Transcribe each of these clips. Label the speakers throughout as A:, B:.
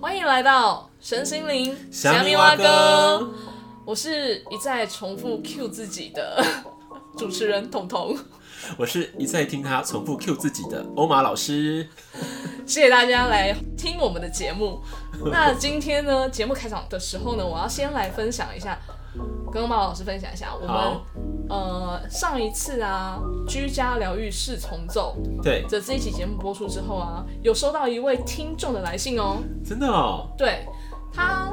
A: 欢迎来到神心灵
B: 虾米
A: 蛙
B: 蛙哥，
A: 我是一再重复 Q 自己的 主持人彤彤，
B: 我是一再听他重复 Q 自己的欧玛老师。
A: 谢谢大家来听我们的节目。那今天呢，节目开场的时候呢，我要先来分享一下，跟欧马老师分享一下我们
B: 好。
A: 呃上一次啊居家疗愈室重奏
B: 对，
A: 的这一期节目播出之后啊，有收到一位听众的来信哦、
B: 真的哦，
A: 对他，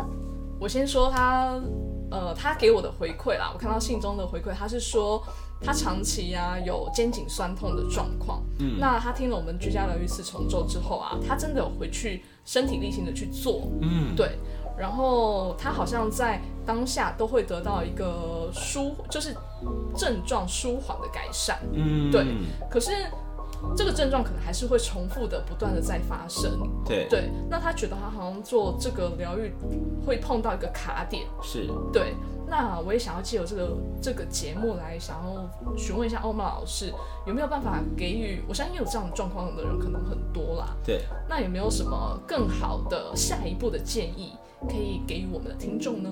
A: 我先说他，呃，他给我的回馈啦，我看到信中的回馈，他是说他长期啊有肩颈酸痛的状况，
B: 嗯
A: 那他听了我们居家疗愈四重奏之后啊，他真的有回去身体力行的去做，
B: 嗯，
A: 对，然后他好像在当下都会得到一个舒，就是症状舒缓的改善，
B: 嗯，
A: 对可是这个症状可能还是会重复的，不断的在发生，
B: 对
A: 对，那他觉得他好像做这个疗愈会碰到一个卡点。
B: 是，
A: 对，那我也想要借由这个这个节目来，想要询问一下欧曼老师有没有办法给予，我相信有这样的状况的人可能很多啦。
B: 对，
A: 那有没有什么更好的下一步的建议可以给予我们的听众呢？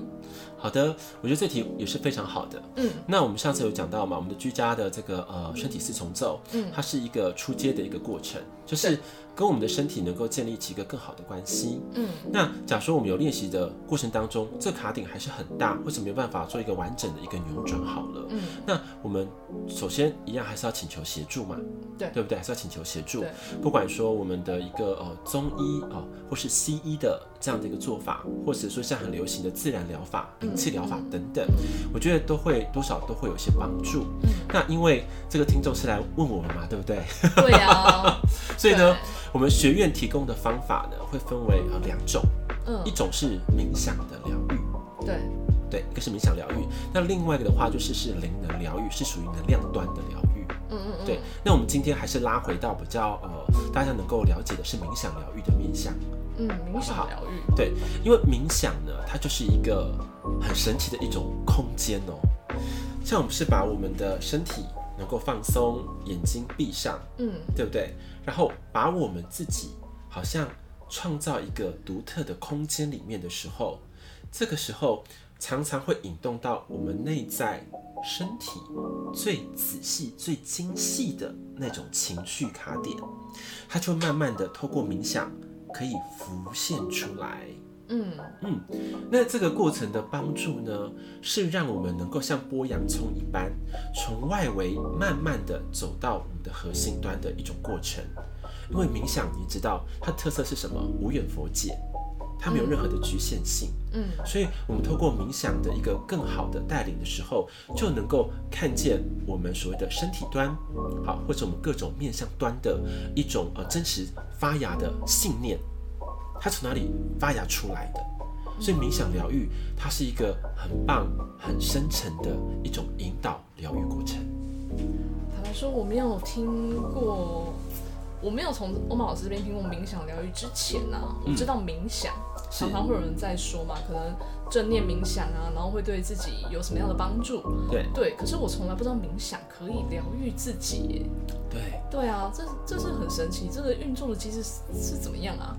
B: 好的，我觉得这题也是非常好的。
A: 嗯，
B: 那我们上次有讲到嘛，我们的居家的这个呃身体四重奏，
A: 嗯
B: 它是一个出街的一个过程，就是跟我们的身体能够建立起一个更好的关系。
A: 嗯，
B: 那假说我们有练习的过程当中，这卡顶还是很大，或是没有办法做一个完整的一个扭转好了。
A: 嗯，
B: 那我们首先一样还是要请求协助嘛，
A: 对
B: 对不对？还是要请求协助
A: 对，
B: 不管说我们的一个呃中医哦、或是西医的这样的一个做法，或者说像很流行的自然疗法、
A: 嗯
B: 灵气疗法等等，我觉得都会多少都会有一些帮助。
A: 嗯
B: 那因为这个听众是来问我们嘛，对不对？
A: 对 啊，
B: 所以呢，我们学院提供的方法呢，会分为呃两种，
A: 嗯
B: 一，种是冥想的疗愈，
A: 对，
B: 对，一个是冥想疗愈，那另外一个的话就是是灵能疗愈，是属于能量端的疗愈。
A: 嗯嗯嗯，
B: 对，那我们今天还是拉回到比较呃大家能够了解的是冥想疗愈的面向。
A: 嗯，冥想疗愈，
B: 对，因为冥想呢，它就是一个很神奇的一种空间哦。像我们是把我们的身体能够放松，眼睛闭上，
A: 嗯
B: 对不对？然后把我们自己好像创造一个独特的空间里面的时候，这个时候常常会引动到我们内在身体最仔细、最精细的那种情绪卡点，它就会慢慢的透过冥想可以浮现出来。
A: 嗯
B: 嗯，那这个过程的帮助呢，是让我们能够像剥洋葱一般，从外围慢慢的走到我们的核心端的一种过程。因为冥想，你知道它的特色是什么？无远佛界，它没有任何的局限性。
A: 嗯
B: 所以，我们透过冥想的一个更好的带领的时候，就能够看见我们所谓的身体端，好，或者我们各种面向端的一种呃真实发芽的信念，它从哪里发芽出来的？所以，冥想疗愈它是一个很棒、很深沉的一种引导疗愈过程。
A: 坦白说，我没有听过，我没有从欧曼老师这边听过冥想疗愈之前啊，我知道冥想、
B: 是
A: 常常会有人在说嘛，可能正念冥想啊，然后会对自己有什么样的帮助？
B: 对
A: 对，可是我从来不知道冥想可以疗愈自己耶。
B: 对，
A: 对啊，这这是很神奇，这个运作的机制是是怎么样啊？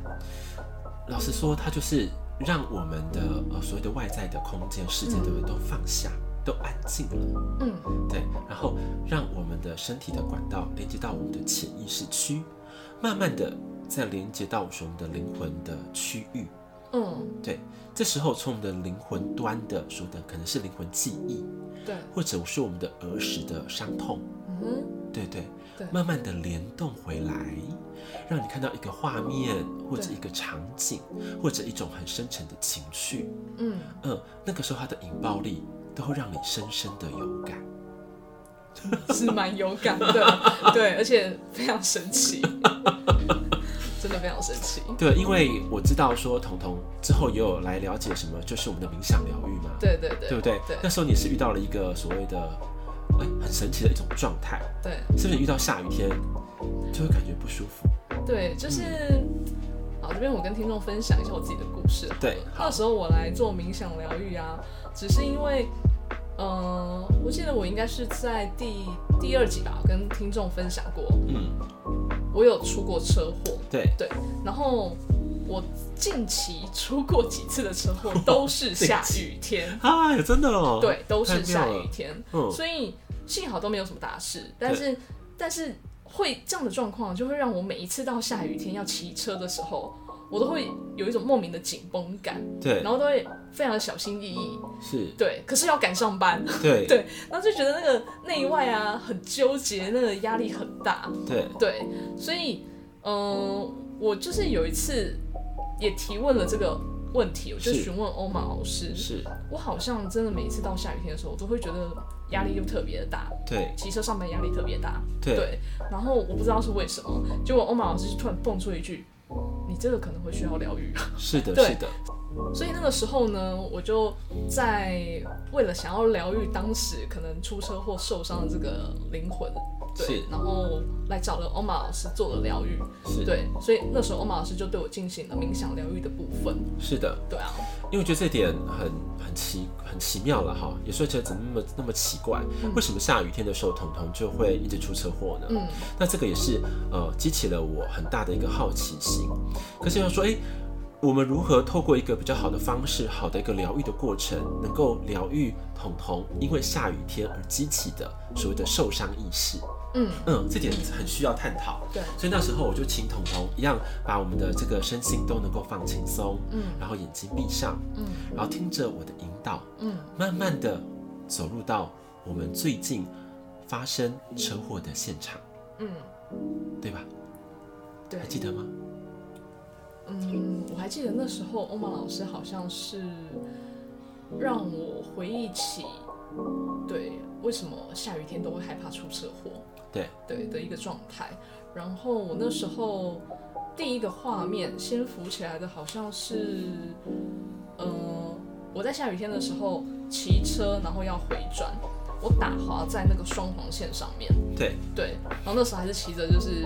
B: 老实说，它就是让我们的呃所谓的外在的空间、世界，对不对？都放下，都安静了。
A: 嗯
B: 对，然后让我们的身体的管道连接到我们的潜意识区，慢慢的再连接到我们的灵魂的区域。
A: 嗯，
B: 对，这时候从我们的灵魂端的说的可能是灵魂记忆，
A: 对，
B: 或者是我们的儿时的伤痛，
A: 嗯哼，
B: 对对，
A: 对
B: 慢慢的联动回来，让你看到一个画面，或者
A: 对
B: 一个场景，或者一种很深沉的情绪。
A: 嗯，
B: 嗯，那个时候它的引爆力都会让你深深的有感。
A: 是蛮有感的，对，而且非常神奇， 真的非常神奇。
B: 对，因为我知道说彤彤之后也有来了解什么，就是我们的冥想疗愈嘛，
A: 对对对，
B: 对不对？
A: 对
B: 那时候你是遇到了一个所谓的，哎、很神奇的一种状态，
A: 对。
B: 是不是？遇到下雨天就会感觉不舒服。
A: 对，就是，
B: 嗯
A: 好，这边我跟听众分享一下我自己的故事好了。
B: 对好
A: 那时候我来做冥想疗愈啊，只是因为，呃，我记得我应该是在第第二集吧，我跟听众分享过，
B: 嗯，
A: 我有出过车祸，
B: 对，
A: 对，然后我近期出过几次的车祸，都是下雨天，
B: 哎，真的 哦，
A: 对，都是
B: 太
A: 下
B: 妙
A: 雨
B: 了
A: 天，
B: 嗯，
A: 所以幸好都没有什么大事，但是但是会这样的状况，就会让我每一次到下雨天要骑车的时候，我都会有一种莫名的紧绷感，
B: 对
A: 然，后都会非常的小心翼翼，
B: 是，
A: 对，可是要赶上班，
B: 对，
A: 对，然后就觉得那个内外啊很纠结，那个压力很大，
B: 对，
A: 对，所以，嗯、我就是有一次也提问了这个问题，我就是询问欧玛老师，
B: 是，
A: 我好像真的每一次到下雨天的时候，我都会觉得压力就特别的大，
B: 对，
A: 骑车上班压力特别大，
B: 对，
A: 然后我不知道是为什么，结果欧玛老师就突然蹦出一句：“你这个可能会需要疗愈。”
B: 是的，
A: 对
B: 是的，
A: 所以那个时候呢，我就在为了想要疗愈当时可能出车祸受伤的这个灵魂，对
B: 是，
A: 然后来找了欧玛老师做了疗愈，
B: 是，，
A: 对，所以那时候欧玛老师就对我进行了冥想疗愈的部分，
B: 是的。
A: 对啊，
B: 因为我觉得这点很很奇很奇妙了哈，有时候觉得怎么那么那么奇怪，为什么下雨天的时候彤彤就会一直出车祸呢？
A: 嗯，
B: 那这个也是呃激起了我很大的一个好奇心。可是要说，诶，我们如何透过一个比较好的方式，好的一个疗愈的过程，能够疗愈彤彤因为下雨天而激起的所谓的受伤意识？
A: 嗯，
B: 嗯，这点很需要探讨。
A: 对，
B: 所以那时候我就请彤彤一样，把我们的这个身心都能够放轻松，
A: 嗯
B: 然后眼睛闭上，
A: 嗯
B: 然后听着我的引导，
A: 嗯
B: 慢慢的走入到我们最近发生车祸的现场，
A: 嗯，
B: 对吧？
A: 对
B: 还，记得吗？
A: 嗯，我还记得那时候欧玛老师好像是让我回忆起，对，为什么下雨天都会害怕出车祸。
B: 对，
A: 对的一个状态。然后我那时候第一个画面先浮起来的好像是，呃，我在下雨天的时候骑车，然后要回转，我打滑在那个双黄线上面，
B: 对，
A: 对，然后那时候还是骑着就是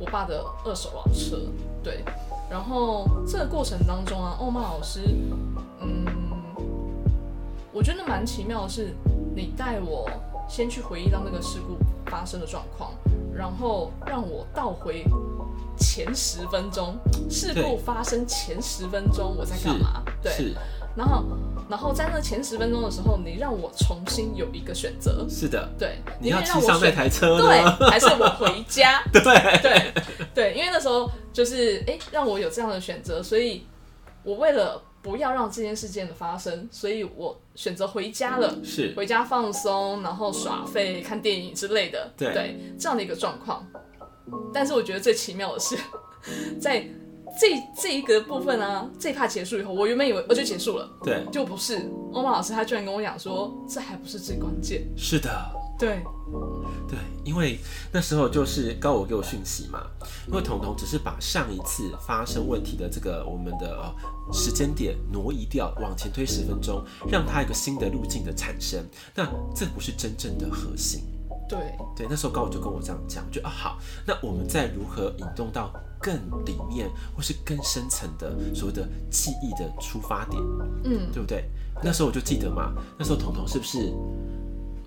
A: 我爸的二手老车，对，然后这个过程当中啊，欧曼老师，嗯，我觉得蛮奇妙的是，你带我先去回忆到那个事故发生的状况，然后让我倒回前十分钟，事故
B: 对
A: 发生前十分钟我在干嘛？对，
B: 是
A: 然后然后在那前十分钟的时候，你让我重新有一个选择。
B: 是的，
A: 对，
B: 你
A: 可
B: 要
A: 以
B: 骑
A: 让我
B: 上那
A: 选
B: 台车
A: 对
B: 呢？，
A: 还是我回家？
B: 对，
A: 对对，因为那时候就是哎、诶让我有这样的选择，所以我为了不要让这件事件的发生，所以我选择回家了，
B: 是，
A: 回家放松，然后耍废、看电影之类的，
B: 对
A: 这样的一个状况。但是我觉得最奇妙的是， 在这这一个部分啊，这一趴结束以后，我原本以为我哦就结束了，
B: 对，
A: 就不是。欧曼老师他居然跟我讲说，这还不是最关键，
B: 是的。
A: 对，
B: 对，因为那时候就是高我给我讯息嘛，因为彤彤只是把上一次发生问题的这个我们的呃时间点挪移掉，往前推十分钟，让它一个新的路径的产生。那这不是真正的核心。
A: 对，
B: 对，那时候高我就跟我这样讲，我觉得啊好，那我们再如何引动到更里面或是更深层的所谓的记忆的出发点，
A: 嗯，
B: 对不对？那时候我就记得嘛，那时候彤彤是不是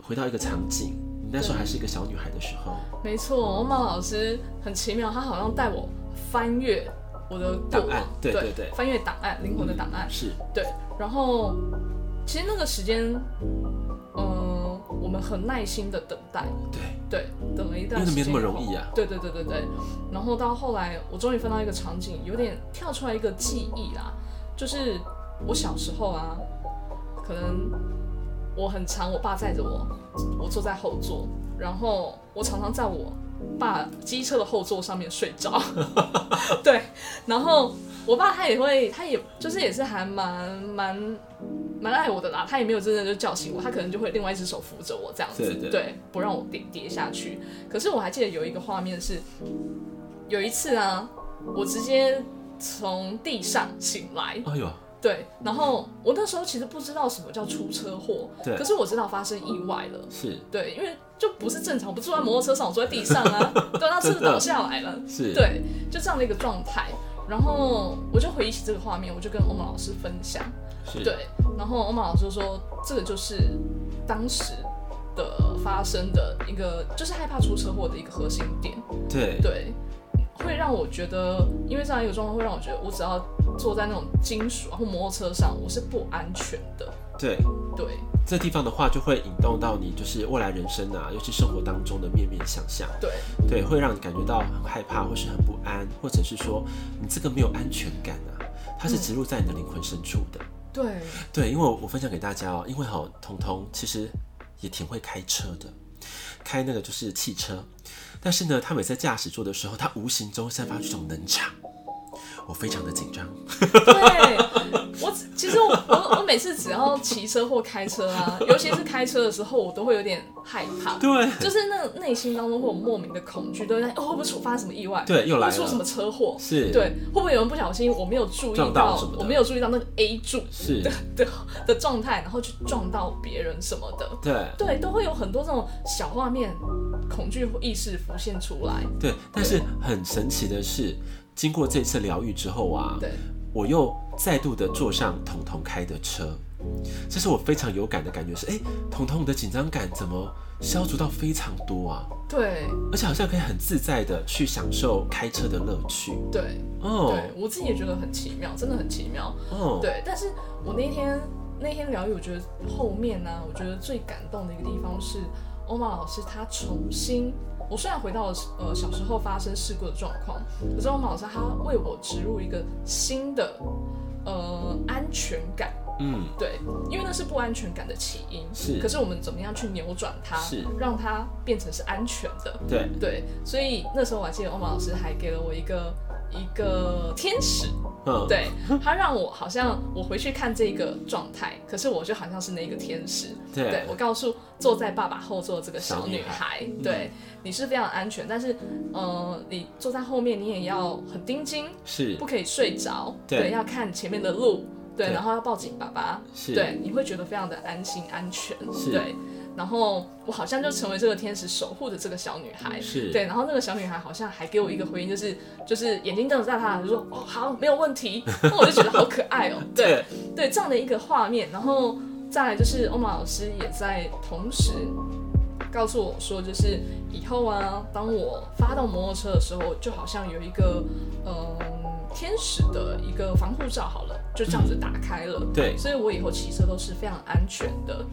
B: 回到一个场景？你那时候还是一个小女孩的时候。
A: 没错，欧曼老师很奇妙，他好像带我翻阅我的过
B: 档
A: 往
B: 案，对
A: 对
B: 对对
A: 翻阅档案，灵魂的档案，
B: 是
A: 对。然后其实那个时间，嗯、我们很耐心的等待，
B: 对，
A: 对，等了一
B: 因
A: 段
B: 为
A: 时
B: 那没
A: 间，
B: 那么容。易啊。
A: 对对对对对，然后到后来，我终于翻到一个场景，有点跳出来一个记忆啦，就是我小时候啊，可能我很常我爸载着我，我坐在后座，然后我常常在我爸机车的后座上面睡着， 对，然后我爸他也会，他也就是也是还蛮蛮蛮爱我的啦，他也没有真的就叫醒我，他可能就会另外一只手扶着我这样子，
B: 对对
A: 不让我跌跌下去。可是我还记得有一个画面是，有一次啊，我直接从地上醒来，
B: 哎呦，
A: 对，然后我那时候其实不知道什么叫出车祸，
B: 对
A: 可是我知道发生意外了，
B: 是
A: 对，因为就不是正常，我不坐在摩托车上，我坐在地上 啊，对，那车子
B: 真的
A: 倒下来了，
B: 是，，
A: 对，就这样的一个状态。然后我就回忆起这个画面，我就跟欧曼老师分享，
B: 是，
A: 对，然后欧曼老师说，这个就是当时的发生的一个，就是害怕出车祸的一个核心点，
B: 对，
A: 对。会让我觉得，因为这样一个状况会让我觉得，我只要坐在那种金属啊或摩托车上，我是不安全的。
B: 对，
A: 对，
B: 这地方的话就会引动到你，就是未来人生啊，尤其生活当中的面面相向，
A: 对，
B: 对，会让你感觉到很害怕，或是很不安，或者是说你这个没有安全感啊，它是植入在你的灵魂深处的。
A: 对，
B: 对，因为我分享给大家哦，因为哈、彤彤其实也挺会开车的，开那个就是汽车，但是呢，他每次在驾驶座的时候，他无形中散发出一种能场，我非常的紧张。
A: 对，我只其实我我我每次只要骑车或开车啊，尤其是开车的时候，我都会有点害怕，
B: 对，
A: 就是那种内心当中会有莫名的恐惧，对不对？哦，会不会出发生什么意外？
B: 对又来了
A: 会出什么车祸？
B: 是，，
A: 对，会不会有人不小心我没有注意
B: 撞到什么的
A: 我没有注意到那个 A 柱
B: 是，
A: 的的状态，然后去撞到别人什么的，
B: 对。
A: 对，都会有很多这种小画面、恐惧意识浮现出来。
B: 对，但是很神奇的是，经过这次疗愈之后啊，
A: 对，
B: 我又再度的坐上彤彤开的车，这是我非常有感的感觉是，哎，彤彤的紧张感怎么消除到非常多啊？
A: 对，
B: 而且好像可以很自在的去享受开车的乐趣。
A: 对，
B: 哦
A: 对，我自己也觉得很奇妙，真的很奇妙。
B: 哦，
A: 对，但是我那天那天疗愈，我觉得后面呢、我觉得最感动的一个地方是欧玛老师他重新，我虽然回到了呃小时候发生事故的状况，可是欧玛老师他为我植入一个新的呃安全感，
B: 嗯，
A: 对，因为那是不安全感的起因。
B: 是
A: 可是我们怎么样去扭转它，
B: 是
A: 让它变成是安全的？
B: 对，
A: 对，所以那时候我还记得欧玛老师还给了我一个一个天使，
B: 嗯，，
A: 对他让我好像我回去看这个状态，可是我就好像是那个天使。
B: 对
A: 我告诉坐在爸爸后座的这个小女孩，
B: 女孩
A: 对、你是非常安全，但是呃，你坐在后面你也要很盯紧，
B: 是
A: 不可以睡着，
B: 对
A: 要看前面的路，对，
B: 对
A: 然后要抱紧爸爸，
B: 是，
A: 对，你会觉得非常的安心安全，
B: 是
A: 对。然后我好像就成为这个天使守护的这个小女孩，
B: 是
A: 对，然后那个小女孩好像还给我一个回应，就是就是眼睛瞪着大大，就说哦好，没有问题。那我就觉得好可爱哦，对
B: 对，
A: 对，这样的一个画面。然后再来就是欧玛老师也在同时告诉我说，就是以后啊，当我发动摩托车的时候，就好像有一个嗯天使的一个防护罩好了，就这样子打开了。
B: 对
A: 所以我以后骑车都是非常安全的，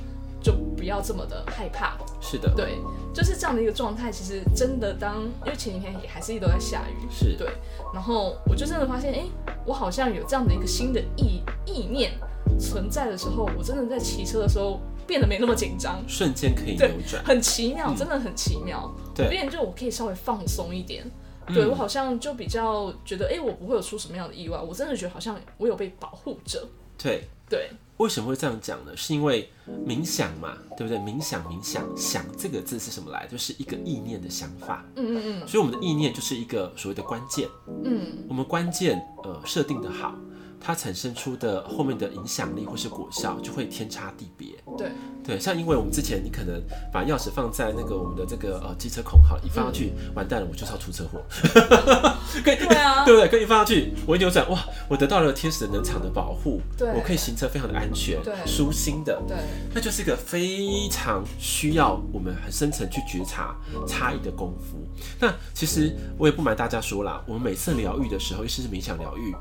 A: 就不要这么的害怕。
B: 是的，，
A: 对，就是这样的一个状态。其实真的当，因为前几天也还是一直都在下雨，
B: 是，
A: 对，然后我就真的发现，哎、我好像有这样的一个新的意意念存在的时候，我真的在骑车的时候变得没那么紧张，
B: 瞬间可以
A: 对
B: 扭转，
A: 很奇妙，真的很奇妙。
B: 对
A: 我变就我可以稍微放松一点。对我好像就比较觉得，哎、我不会有出什么样的意外，我真的觉得好像我有被保护着。
B: 对，
A: 对，
B: 为什么会这样讲呢？是因为冥想嘛，对不对？冥想，冥想，想这个字是什么来？就是一个意念的想法。
A: 嗯嗯
B: 所以我们的意念就是一个所谓的关键，
A: 嗯嗯，
B: 我们关键呃设定的好，它产生出的后面的影响力或是果效就会天差地别。
A: 对
B: 对，像因为我们之前你可能把钥匙放在那个我们的这个呃机车孔好了，一放上去，
A: 嗯
B: 完蛋了，我就是要出车祸，
A: 对啊，
B: 对不对？可以放上去，我一扭转，哇，我得到了天使的能场的保护，
A: 对
B: 我可以行车非常的安全
A: 对、
B: 舒心的，
A: 对
B: 那就是一个非常需要我们很深层去觉察差异的功夫。那其实我也不瞒大家说啦，我们每次疗愈的时候，尤其是冥想疗愈，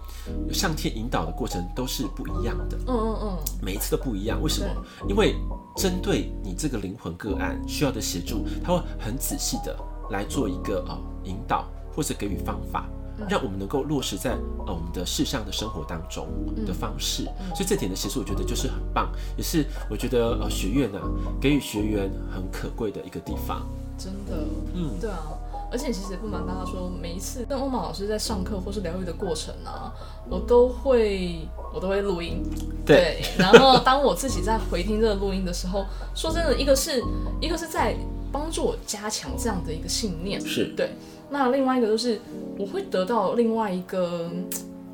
B: 上天引导的过程都是不一样的，
A: 嗯嗯嗯，
B: 每一次都不一样。为什么？因为针对你这个灵魂个案需要的协助，他会很仔细的来做一个呃引导或者给予方法。让我们能够落实在呃我们的世上的生活当中的方式，所以这点的其实我觉得就是很棒，也是我觉得呃学院呢、给予学员很可贵的一个地方。
A: 真的，
B: 嗯，
A: 对啊，而且其实不瞒大家说，每一次跟欧玛老师在上课或是疗愈的过程啊，我都会我都会录音。
B: 对
A: 然后当我自己在回听这个录音的时候，说真的，一个是一个是在帮助我加强这样的一个信念，
B: 是
A: 对。那另外一个就是我会得到另外一个嗯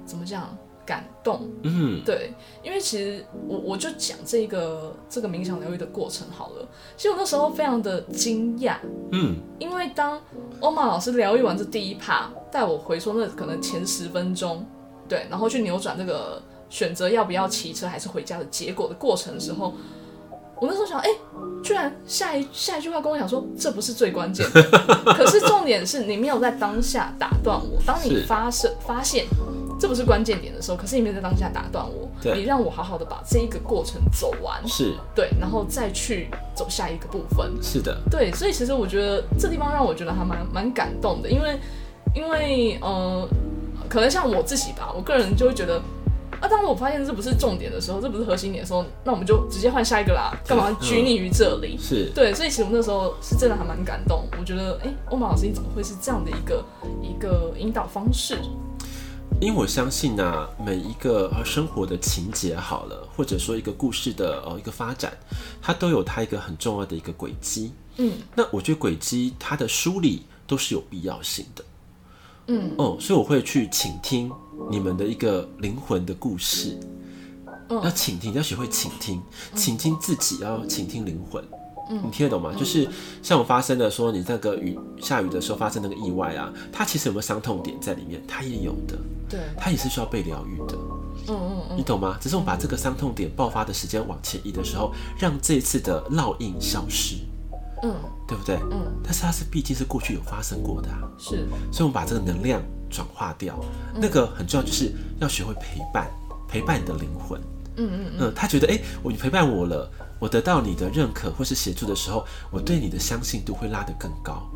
A: 怎么讲感动，
B: 嗯，
A: 对，因为其实我我就讲这个这个冥想疗愈的过程好了。其实我那时候非常的惊讶，
B: 嗯，
A: 因为当欧玛老师疗愈完这第一趴，带我回说那可能前十分钟，对，然后去扭转这个选择要不要骑车还是回家的结果的过程的时候，我那时候想，哎、居然下一下一句话跟我讲说，这不是最关键 的，可是重点是你没有在当下打断我。当你
B: 是
A: 发生发现这不是关键点的时候，可是你没有在当下打断我，
B: 对
A: 你让我好好的把这一个过程走完，
B: 是
A: 对，然后再去走下一个部分。
B: 是的，
A: 对，所以其实我觉得这地方让我觉得还蛮蛮感动的，因为因为呃，可能像我自己吧，我个人就会觉得。啊！当我发现这不是重点的时候，这不是核心点的时候，那我们就直接换下一个啦，干嘛拘泥于这里？
B: 是
A: 对，所以其实我那时候是真的还蛮感动。我觉得，哎、欧玛老师你怎么会是这样的一个一个引导方式？
B: 因为我相信啊，每一个呃生活的情节好了，或者说一个故事的呃一个发展，它都有它一个很重要的一个轨迹。
A: 嗯，
B: 那我觉得轨迹它的梳理都是有必要性的。
A: 嗯
B: 哦、所以我会去倾听你们的一个灵魂的故事。
A: 嗯
B: 要倾听，要学会倾听，倾听自己，要倾听灵魂。
A: 嗯
B: 你听得懂吗？就是像我发生的说，你那个雨下雨的时候发生那个意外啊，它其实有没有伤痛点在里面？它也有的，
A: 对，
B: 它也是需要被疗愈的。
A: 嗯嗯嗯
B: 你懂吗？只是我们把这个伤痛点爆发的时间往前移的时候，让这一次的烙印消失，
A: 嗯
B: 对不对？
A: 嗯，
B: 但是它是毕竟是过去有发生过的、啊，
A: 是，
B: 所以我们把这个能量转化掉。
A: 嗯
B: 那个很重要，就是要学会陪伴，陪伴你的灵魂。
A: 嗯嗯
B: 嗯，他觉得哎、诶我你陪伴我了，我得到你的认可或是协助的时候，我对你的相信度会拉得更高，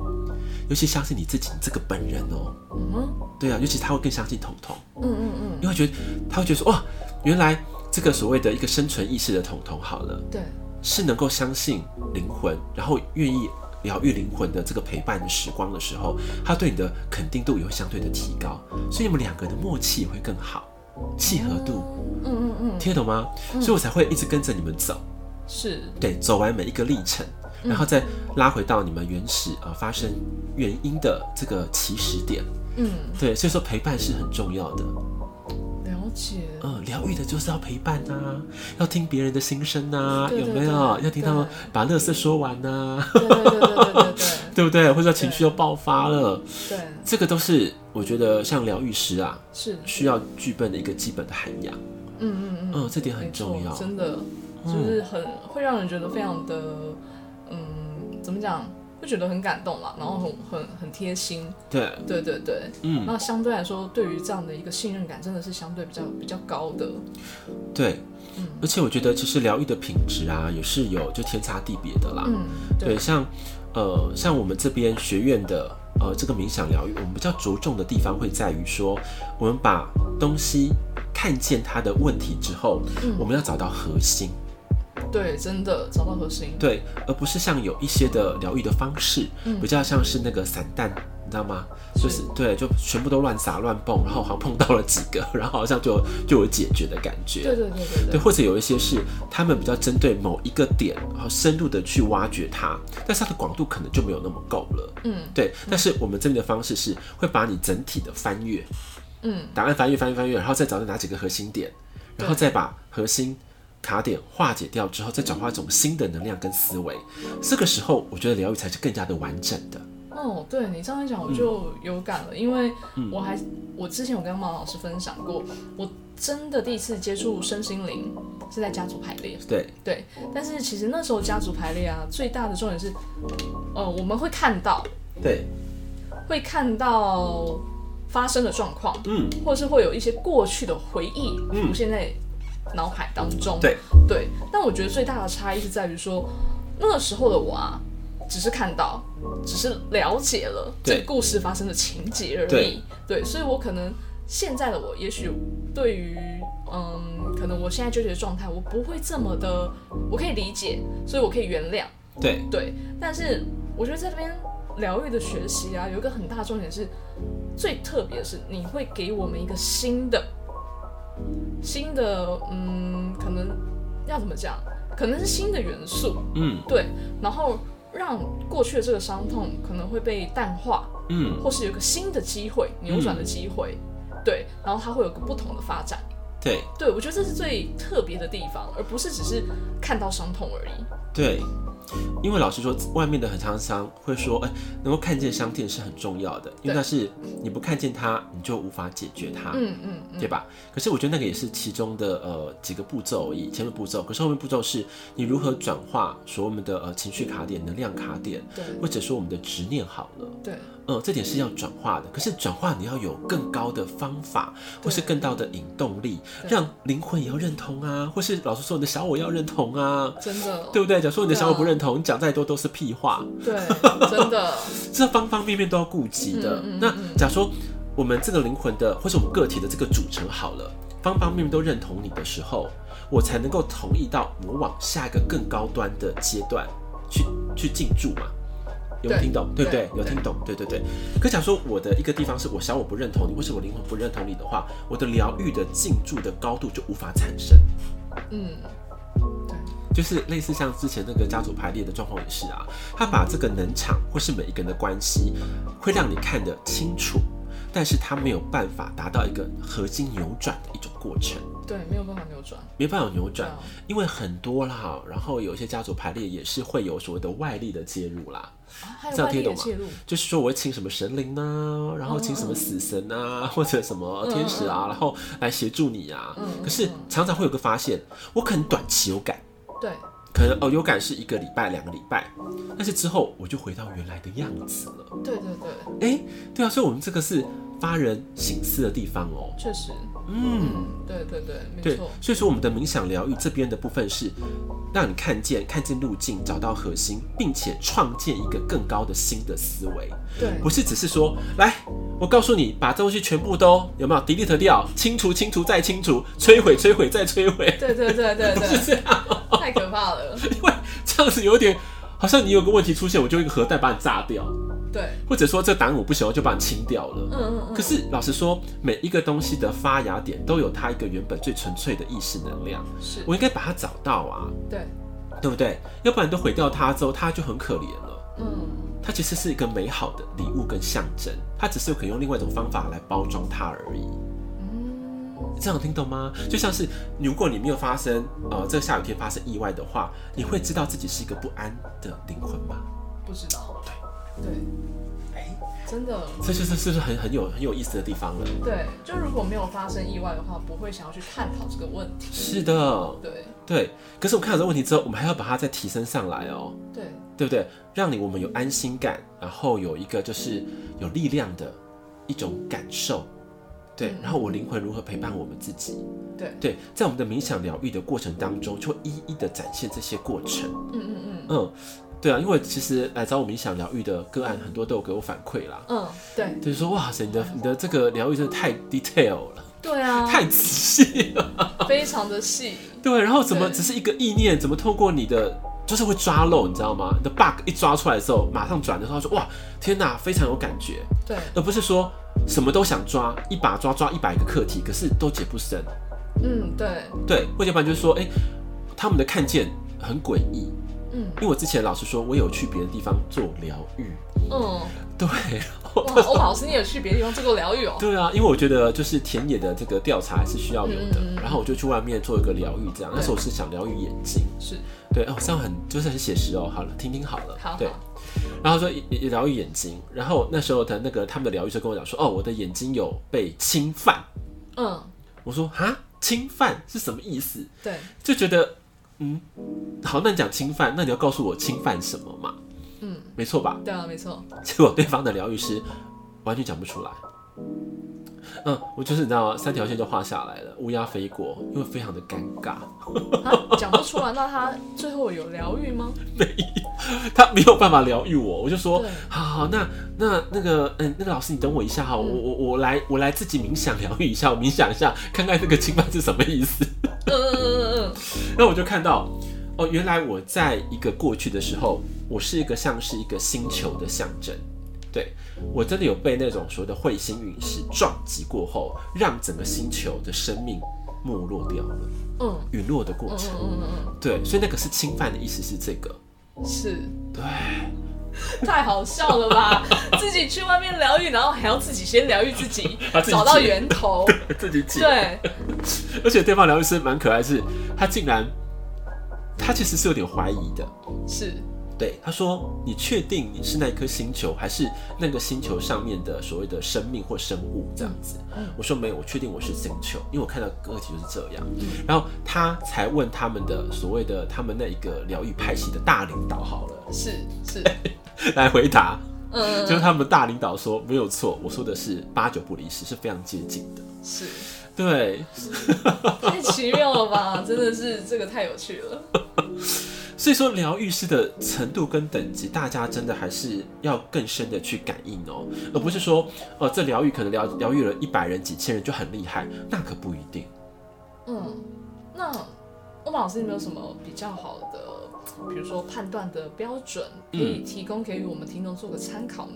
B: 尤其相信你自己你这个本人哦。
A: 嗯哼
B: 对啊，尤其他会更相信彤彤，
A: 嗯嗯嗯，
B: 因为他觉得他会觉得说哇，原来这个所谓的一个生存意识的彤彤好了，
A: 对，
B: 是能够相信灵魂，然后愿意疗愈灵魂的这个陪伴的时光的时候，他对你的肯定度也会相对的提高，所以你们两个人的默契也会更好，契合度，
A: 嗯嗯嗯，
B: 听得懂吗？所以我才会一直跟着你们走。
A: 是，
B: 对，走完每一个历程，然后再拉回到你们原始呃发生原因的这个起始点。
A: 嗯，
B: 对，所以说陪伴是很重要的。
A: 了解，
B: 嗯，疗愈的就是要陪伴啊，要听别人的心声啊，
A: 对对
B: 有没有？
A: 对
B: 要听他们把乐色说完呐、啊，
A: 对对对对对对
B: 对不对？或者说情绪又爆发了，
A: 对，对，
B: 这个都是我觉得像疗愈师啊
A: 是，
B: 需要具备的一个基本的涵养。
A: 嗯嗯嗯，
B: 嗯，这点
A: 没
B: 很
A: 错
B: 重要。嗯
A: 真的就是很会让人觉得非常的，嗯，怎么讲？会觉得很感动啦，然后很很很贴心，
B: 对，
A: 对对对，
B: 嗯，
A: 那相对来说，对于这样的一个信任感，真的是相对比较比较高的。
B: 对
A: 嗯。
B: 而且我觉得其实疗愈的品质啊，也是有就天差地别的啦。
A: 嗯，
B: 对，，像呃，像我们这边学院的呃这个冥想疗愈，我们比较着重的地方会在于说，我们把东西看见它的问题之后，
A: 嗯
B: 我们要找到核心，
A: 对，真的找到核心。
B: 对，而不是像有一些的疗愈的方式，
A: 嗯
B: 比较像是那个散弹。你知道吗？就是
A: 是
B: 对，就全部都乱撒乱蹦，然后好像碰到了几个， 然后好像就就有解决的感觉。
A: 对对对对
B: 对，
A: 对，
B: 或者有一些是他们比较针对某一个点，然后深入的去挖掘它，但是它的广度可能就没有那么够了。
A: 嗯
B: 对，但是我们这边的方式是会把你整体的翻阅
A: 嗯，
B: 档案翻阅翻阅翻阅，然后再找到哪几个核心点，然后
A: 对
B: 再把核心卡点化解掉之后，再转化一种新的能量跟思维。这个时候，我觉得疗愈才是更加的完整的。
A: 哦，对你这样一
B: 嗯
A: 讲，我就有感了，因为我还我之前有跟毛老师分享过，我真的第一次接触身心灵是在家族排列。
B: 对，
A: 对，但是其实那时候家族排列啊，最大的重点是，呃，我们会看到
B: 对，
A: 会看到发生的状况，
B: 嗯，
A: 或者是会有一些过去的回忆
B: 嗯
A: 浮现在脑海当中。
B: 对，
A: 对，但我觉得最大的差异是在于说，那个时候的我啊，只是看到，只是了解了
B: 对
A: 这个故事发生的情节而
B: 对
A: 已。对，所以我可能现在的我，也许对于嗯，可能我现在纠结的状态，我不会这么的，我可以理解，所以我可以原谅。
B: 对，
A: 对，但是我觉得在这边疗愈的学习啊，有一个很大的重点是，最特别的是你会给我们一个新的、新的，嗯，可能要怎么讲，可能是新的元素，
B: 嗯
A: 对，然后让过去的这个伤痛可能会被淡化，
B: 嗯，
A: 或是有一个新的机会、扭转的机会，对，然后它会有个不同的发展。
B: 对
A: 对，我觉得这是最特别的地方，而不是只是看到伤痛而已。
B: 对。因为老实说，外面的很常常会说，哎、能够看见商店是很重要的，因
A: 对
B: 为那是你不看见它，你就无法解决它。
A: 嗯嗯嗯，
B: 对吧？可是我觉得那个也是其中的呃几个步骤而已，前面步骤，可是后面步骤是你如何转化所谓我们的呃情绪卡点、能量卡点，
A: 对
B: 或者说我们的执念好了，
A: 对
B: 呃，这点是要转化的。可是转化你要有更高的方法，或是更高的引动力，
A: 对
B: 让灵魂也要认同啊，或是老师说你的小我要认同啊，
A: 真的
B: 对不对？假如说你的小我
A: 对啊
B: 不认同，你讲再多都是屁话。
A: 对，真的
B: 这方方面面都要顾及的。
A: 嗯嗯嗯
B: 那假如说我们这个灵魂的或者我们个体的这个组成好了，方方面面都认同你的时候，我才能够同意到我往下一个更高端的阶段去去进驻嘛。有没有
A: 对
B: 听懂？对不对
A: 对？
B: 有听懂？对对对。可假如说我的一个地方是我小我不认同你，或是我灵魂不认同你的话，我的疗愈的进驻的高度就无法产生。
A: 嗯对
B: 就是类似像之前那个家族排列的状况也是啊，他把这个能场或是每一个人的关系，会让你看得清楚，但是他没有办法达到一个核心扭转的一种过程，
A: 对，没有办法扭转，
B: 没办法扭
A: 对
B: 转，
A: 啊，
B: 因为很多啦，然后有一些家族排列也是会有所谓的外力的介入啦，
A: 啊还有
B: 这
A: 外
B: 样
A: 力
B: 听
A: 的
B: 懂吗
A: 介入，
B: 就是说我会请什么神灵呢、然后请什么
A: 哦
B: 死神啊，或者什么天使啊，然后来协助你啊
A: 嗯嗯嗯。
B: 可是常常会有个发现，我可能短期有感。
A: 对
B: 可能哦有感是一个礼拜、两个礼拜，但是之后我就回到原来的样子了。
A: 对对对，
B: 哎、对啊，所以我们这个是发人省思的地方哦。
A: 确实，
B: 嗯，
A: 嗯，对对对，没
B: 对
A: 错，，
B: 所以说我们的冥想疗愈这边的部分是让你看见、看见路径，找到核心，并且创建一个更高的新的思维，
A: 对
B: 不是只是说来。我告诉你，把这东西全部都有没有 delete 掉，清除、清除再清除，摧毁、摧毁再摧毁，
A: 对对对对对，
B: 是这样。
A: 太可怕了，
B: 因为这样子有点，好像你有个问题出现，我就用一个核弹把你炸掉，
A: 对，
B: 或者说这档案我不喜欢就把你清掉
A: 嗯
B: 了。
A: 嗯嗯，
B: 可是老实说，每一个东西的发芽点都有它一个原本最纯粹的意识能量，
A: 是
B: 我应该把它找到啊，
A: 对，
B: 对不对？要不然都毁掉它之后，它就很可怜了。
A: 嗯，
B: 它其实是一个美好的礼物跟象征，它只是可能用另外一种方法来包装它而已。
A: 嗯，
B: 这样听懂吗？就像是如果你没有发生呃这个下雨天发生意外的话，你会知道自己是一个不安的灵魂吗？
A: 不知道，对，
B: 哎，
A: 真的，
B: 这就是是不是很很有很有意思的地方了？
A: 对，就如果没有发生意外的话，不会想要去探讨这个问题，
B: 是的，
A: 对
B: 对。可是我们看到这个问题之后，我们还要把它再提升上来哦，
A: 对，
B: 对不对？让你我们有安心感，然后有一个就是有力量的一种感受，对。
A: 嗯
B: 然后我灵魂如何陪伴我们自己？
A: 对
B: 对，在我们的冥想疗愈的过程当中，就会一一的展现这些过程。
A: 嗯嗯嗯
B: 嗯，对啊，因为其实来找我冥想疗愈的个案很多都有给我反馈啦，
A: 嗯，对
B: 就是说哇塞，你的你的这个疗愈真的太 detail 了，
A: 对啊，
B: 太仔细了。
A: 非常的细，
B: 对，然后怎么
A: 对
B: 只是一个意念，怎么透过你的就是会抓漏，你知道吗？你的 bug 一抓出来的时候，马上转的时候说哇，天哪，非常有感觉，
A: 对，
B: 而不是说什么都想抓，一把抓抓一百个课题，可是都解不深。
A: 嗯对，
B: 对，或者要不然就是说，哎、他们的看见很诡异。
A: 嗯
B: 因为我之前老实说，我有去别的地方做疗愈，
A: 嗯。
B: 对，然后
A: 哇，欧老师，你也去别的地方做过疗愈哦？
B: 对啊，因为我觉得就是田野的这个调查还是需要有的，
A: 嗯嗯嗯
B: 然后我就去外面做一个疗愈，这样。那时候我是想疗愈眼睛。
A: 是，
B: 对哦，这样很就是很写实哦。好了，听听好了。
A: 好好
B: 对，然后说也也疗愈眼睛，然后那时候的那个他们的疗愈师跟我讲说，哦，我的眼睛有被侵犯。
A: 嗯，
B: 我说啊，侵犯是什么意思？
A: 对，
B: 就觉得嗯，好，那你讲侵犯，那你要告诉我侵犯什么嘛？
A: 嗯，
B: 没错吧？
A: 对啊，没错，
B: 结果对方的疗愈师完全讲不出来。嗯，我就是你知道吗？三条线就画下来了，乌鸦飞过，因为非常的尴尬，
A: 啊讲不出来，那他最后有疗愈 吗？
B: 他没有办法疗愈我，我就说
A: 对，
B: 好好，那那那个，嗯，那个老师，你等我一下哈，我我我来我来自己冥想疗愈一下，我冥想一下， 看看这个侵犯是什么意思。
A: 嗯嗯嗯嗯嗯，
B: 那我就看到，哦，原来我在一个过去的时候，我是一个像是一个星球的象征，对我真的有被那种所谓的彗星陨石撞击过后，让整个星球的生命没落掉了，
A: 嗯
B: 陨落的过
A: 嗯
B: 程。
A: 嗯嗯
B: 对，所以那个是侵犯的意思是这个，
A: 嗯，是，
B: 对，
A: 太好笑了吧？自己去外面疗愈，然后还要自己先疗愈自 己
B: 把，自己
A: 找到
B: 解
A: 源头，
B: 自己解。
A: 对，
B: 而且对方疗愈师蛮可爱是，他竟然他其实是有点怀疑的，
A: 是，
B: 对，他说：“你确定你是那颗星球，还是那个星球上面的所谓的生命或生物这样子？”我说：“没有，我确定我是星球，因为我看到个体就是这样。”然后他才问他们的所谓的他们那一个疗愈派系的大领导好了
A: 是是，
B: 来回答，
A: 嗯，
B: 就是他们大领导说：“没有错，我说的是八九不离十，是非常接近的。
A: 是”
B: 对，
A: 太奇妙了吧？真的是这个太有趣了。
B: 所以说，疗愈师的程度跟等级，大家真的还是要更深的去感应哦，而不是说，呃，这疗愈可能疗疗愈了一百人、几千人就很厉害，那可不一定。
A: 嗯，那欧玛老师有没有什么比较好的，比如说判断的标准，可
B: 嗯
A: 以提供给予我们听众做个参考呢？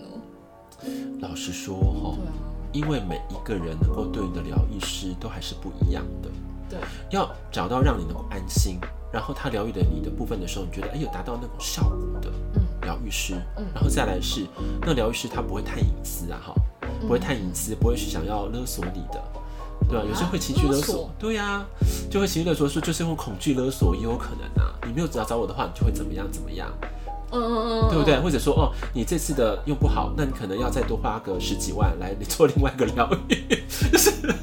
B: 老实说哈、哦
A: 对，啊，
B: 因为每一个人能够对你的疗愈师都还是不一样的，
A: 对，
B: 要找到让你能够安心，然后他疗愈了你的部分的时候，你觉得哎有达到那种效果的
A: 嗯
B: 疗愈师
A: 嗯，
B: 然后再来是那疗愈师他不会太隐私啊哈，
A: 嗯
B: 不会太隐私，不会去想要勒索你的，对啊，有些会情绪勒
A: 勒
B: 索
A: 索，
B: 对啊，就会情绪勒索说就是用恐惧勒索也有可能啊，你没有找找我的话，你就会怎么样怎么样，
A: 嗯嗯嗯，
B: 对不对？？或者说哦，你这次的用不好，那你可能要再多花个十几万来做另外一个疗愈， 就是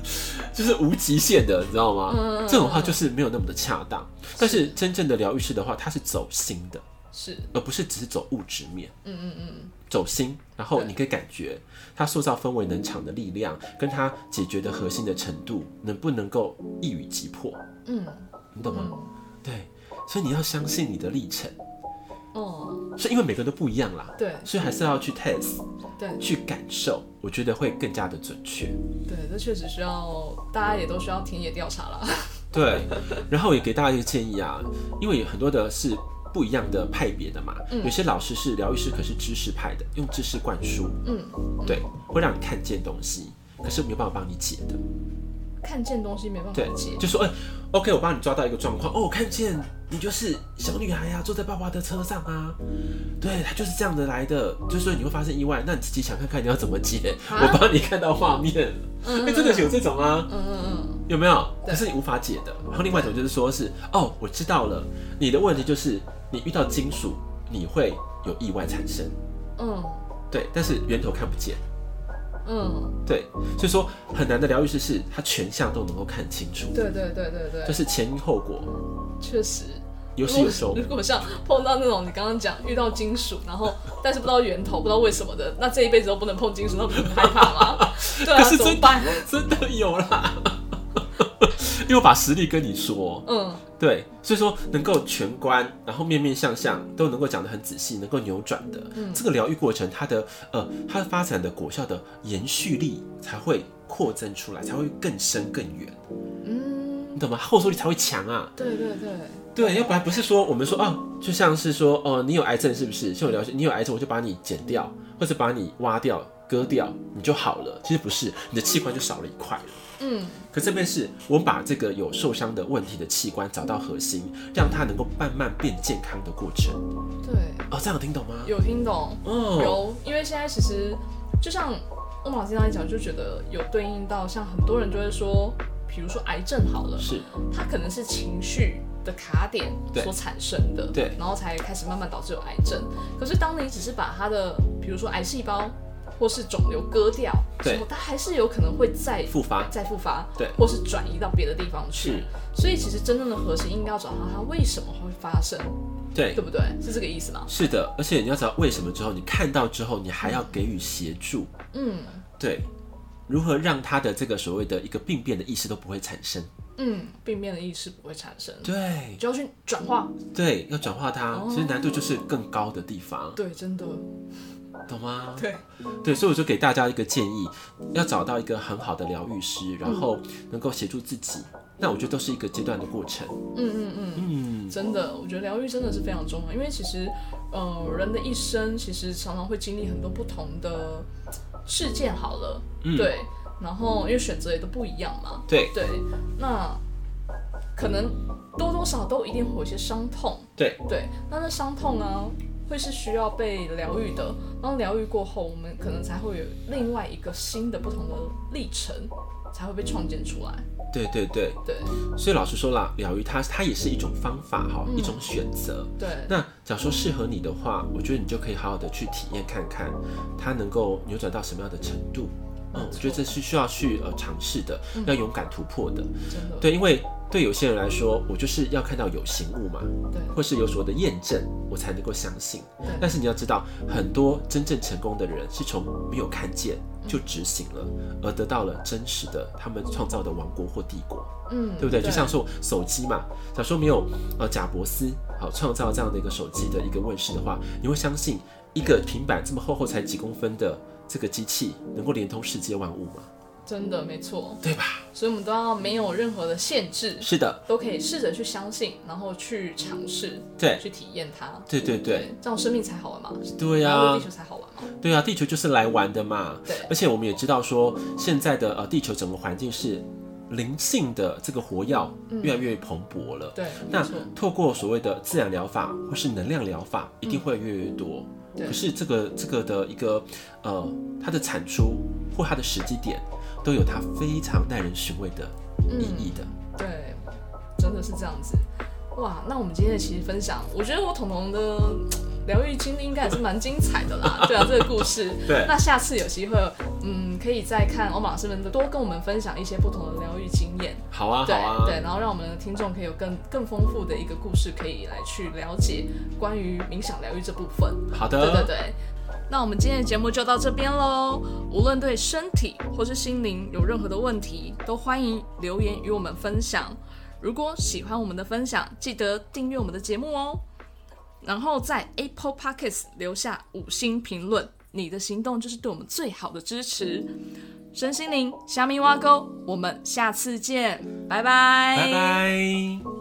B: 就是无极限的，你知道吗？
A: 嗯嗯嗯
B: 这种话就是没有那么的恰当。但是真正的疗愈师的话，他是走心的，
A: 是，
B: 而不是只是走物质面。
A: 嗯嗯嗯，
B: 走心，然后
A: 对
B: 你可以感觉它塑造氛围能场的力量，跟它解决的核心的程度，能不能够一语击破，
A: 嗯
B: 你懂吗？
A: 嗯，
B: 对，所以你要相信你的历程，
A: 哦，
B: 所以因为每个人都不一样啦，
A: 对
B: 所以还是要去 test，
A: 对
B: 去感受，我觉得会更加的准确。
A: 对，这确实需要，大家也都需要田野调查啦。
B: 对，然后也给大家一个建议啊，因为有很多的是不一样的派别的嘛，
A: 嗯
B: 有些老师是疗愈师，可是知识派的，用知识灌输，
A: 嗯，
B: 对，会让你看见东西，可是没有办法帮你解的。
A: 看见东西没办法
B: 对
A: 解，，
B: 就说哎、o k 我帮你抓到一个状况，哦，我看见你就是小女孩啊，坐在爸爸的车上啊，对，她就是这样的来的，就说你会发生意外，那你自己想看看你要怎么解，
A: 啊
B: 我帮你看到画面，哎、
A: 嗯
B: 真的有这种啊，
A: 嗯嗯
B: 有没有？
A: 对
B: 可是你无法解的。然后另外一种就是说是，哦，我知道了，你的问题就是你遇到金属，你会有意外产生，
A: 嗯嗯
B: 对，但是源头看不见。
A: 嗯，
B: 对，所以说很难的疗愈师是他全项都能够看清楚，
A: 对对对对
B: 就
A: 对，
B: 是前因后果，
A: 确实。
B: 有
A: 如
B: 始有
A: 果
B: 终。
A: 如果像碰到那种你刚刚讲遇到金属，然后 但是不知道源头，不知道为什么的，那这一辈子都不能碰金属，那不是很害怕 吗？对啊，
B: 可是
A: 怎么
B: 真
A: 办？
B: 真的有啦，因为我把实力跟你说，
A: 嗯，
B: 对，所以说能够全观，然后面面相向都能够讲得很仔细，能够扭转的，
A: 嗯
B: 这个疗愈过程，它的呃，它发展的果效的延续力才会扩增出来，才会更深更远，
A: 嗯
B: 你，懂吗？后坐力才会强啊。
A: 对对对，
B: 对，要不然不是说我们说哦，就像是说哦，你有癌症是不是？像我疗愈，你有癌症我就把你剪掉，或者把你挖掉、割掉，你就好了。其实不是，你的器官就少了一块了。
A: 嗯
B: 可这边是我们把这个有受伤的问题的器官找到核心，让它能够慢慢变健康的过程。
A: 对，
B: 哦，这样有听懂吗？
A: 有听懂，
B: 哦，
A: 有，因为现在其实就像我马经常讲，就觉得有对应到像很多人就会说，比如说癌症好了，
B: 是，
A: 它可能是情绪的卡点
B: 对
A: 所产生的，
B: 对
A: 然后才开始慢慢导致有癌症。可是当你只是把它的，比如说癌细胞或是肿瘤割掉
B: 对
A: 之后，它还是有可能会再
B: 复发
A: 再复发，
B: 对
A: 或是转移到别的地方
B: 是
A: 去。，所以其实真正的核心应该要找到它为什么会发生，
B: 对
A: 对，不对？是这个意思吗？
B: 是的。而且你要知道为什么之后，你看到之后，你还要给予协助，
A: 嗯
B: 对，如何让他的这个所谓的一个病变的意识都不会产生？
A: 嗯，病变的意识不会产生，
B: 对
A: 你，就要去转化。
B: 对，要转化它，
A: 哦
B: 其实难度就是更高的地方，
A: 对，真的，
B: 懂吗？
A: 对，
B: 对，所以我就给大家一个建议，要找到一个很好的疗愈师，然
A: 嗯
B: 后能够协助自己。那我觉得都是一个阶段的过程。
A: 嗯嗯嗯。
B: 嗯，
A: 真的，我觉得疗愈真的是非常重要，因为其实，呃，人的一生其实常常会经历很多不同的事件。好了，
B: 嗯
A: 对，然后因为选择也都不一样嘛，
B: 对
A: 对，那可能多多少少都一定会有一些伤痛，
B: 对，
A: 对，那那伤痛啊，会是需要被疗愈的，然后疗愈过后，我们可能才会有另外一个新的不同的历程，才会被创建出来。
B: 对对对，
A: 对
B: 所以老实说啦，疗愈它它也是一种方法哈，
A: 嗯
B: 一种选择。
A: 对，
B: 那假如说适合你的话，我觉得你就可以好好的去体验看看，它能够扭转到什么样的程度。嗯，
A: 没
B: 我
A: 错嗯
B: 觉得这是需要去呃尝试的，要勇敢突破的。
A: 真的
B: 对，因为对有些人来说，我就是要看到有形物嘛，
A: 对
B: 或是有所谓的验证，我才能够相信。但
A: 对
B: 是你要知道，很多真正成功的人是从没有看见
A: 嗯
B: 就执行了，而得到了真实的他们创造的王国或帝国。
A: 嗯，
B: 对不对？就像说手机嘛，假如说没有呃贾伯斯好创造这样的一个手机的一个问世的话，你会相信一个平板这么厚厚才几公分的这个机器能够连通世界万物吗？
A: 真的没错，
B: 对吧？
A: 所以我们都要没有任何的限制，
B: 是的，
A: 都可以试着去相信，然后去尝试，
B: 对
A: 去体验它。
B: 对对对，
A: 这样生命才好玩嘛，
B: 对啊呀、
A: 然后地球才好玩嘛。
B: 对啊，地球就是来玩的嘛。
A: 对
B: 而且我们也知道说，现在的呃地球整个环境是灵性的这个活药越来越蓬勃了。
A: 嗯对，没
B: 那
A: 错，
B: 透过所谓的自然疗法或是能量疗法，一定会越来越多。
A: 嗯对
B: 可是这个这个的一个呃，它的产出或它的时机点，都有它非常耐人寻味的意义的。
A: 对，真的是这样子。哇，那我们今天的其实分享，我觉得我彤彤的嗯疗愈经历应该也是蛮精彩的 啦。对啊，这个故事。
B: 对
A: 那下次有机会，嗯，可以再看欧马老师们的，多跟我们分享一些不同的疗愈经验。
B: 好啊，好
A: 对、
B: 啊，
A: 对，然后让我们的听众可以有更更丰富的一个故事，可以来去了解关于冥想疗愈这部分。
B: 好
A: 对对
B: 的，
A: 对。那我们今天的节目就到这边喽。无论对身体或是心灵有任何的问题，都欢迎留言与我们分享。如果喜欢我们的分享，记得订阅我们的节目哦。然后在 Apple Podcasts 留下五星评论，你的行动就是对我们最好的支持。身心灵虾米挖沟，我们下次见，拜拜，
B: 拜拜。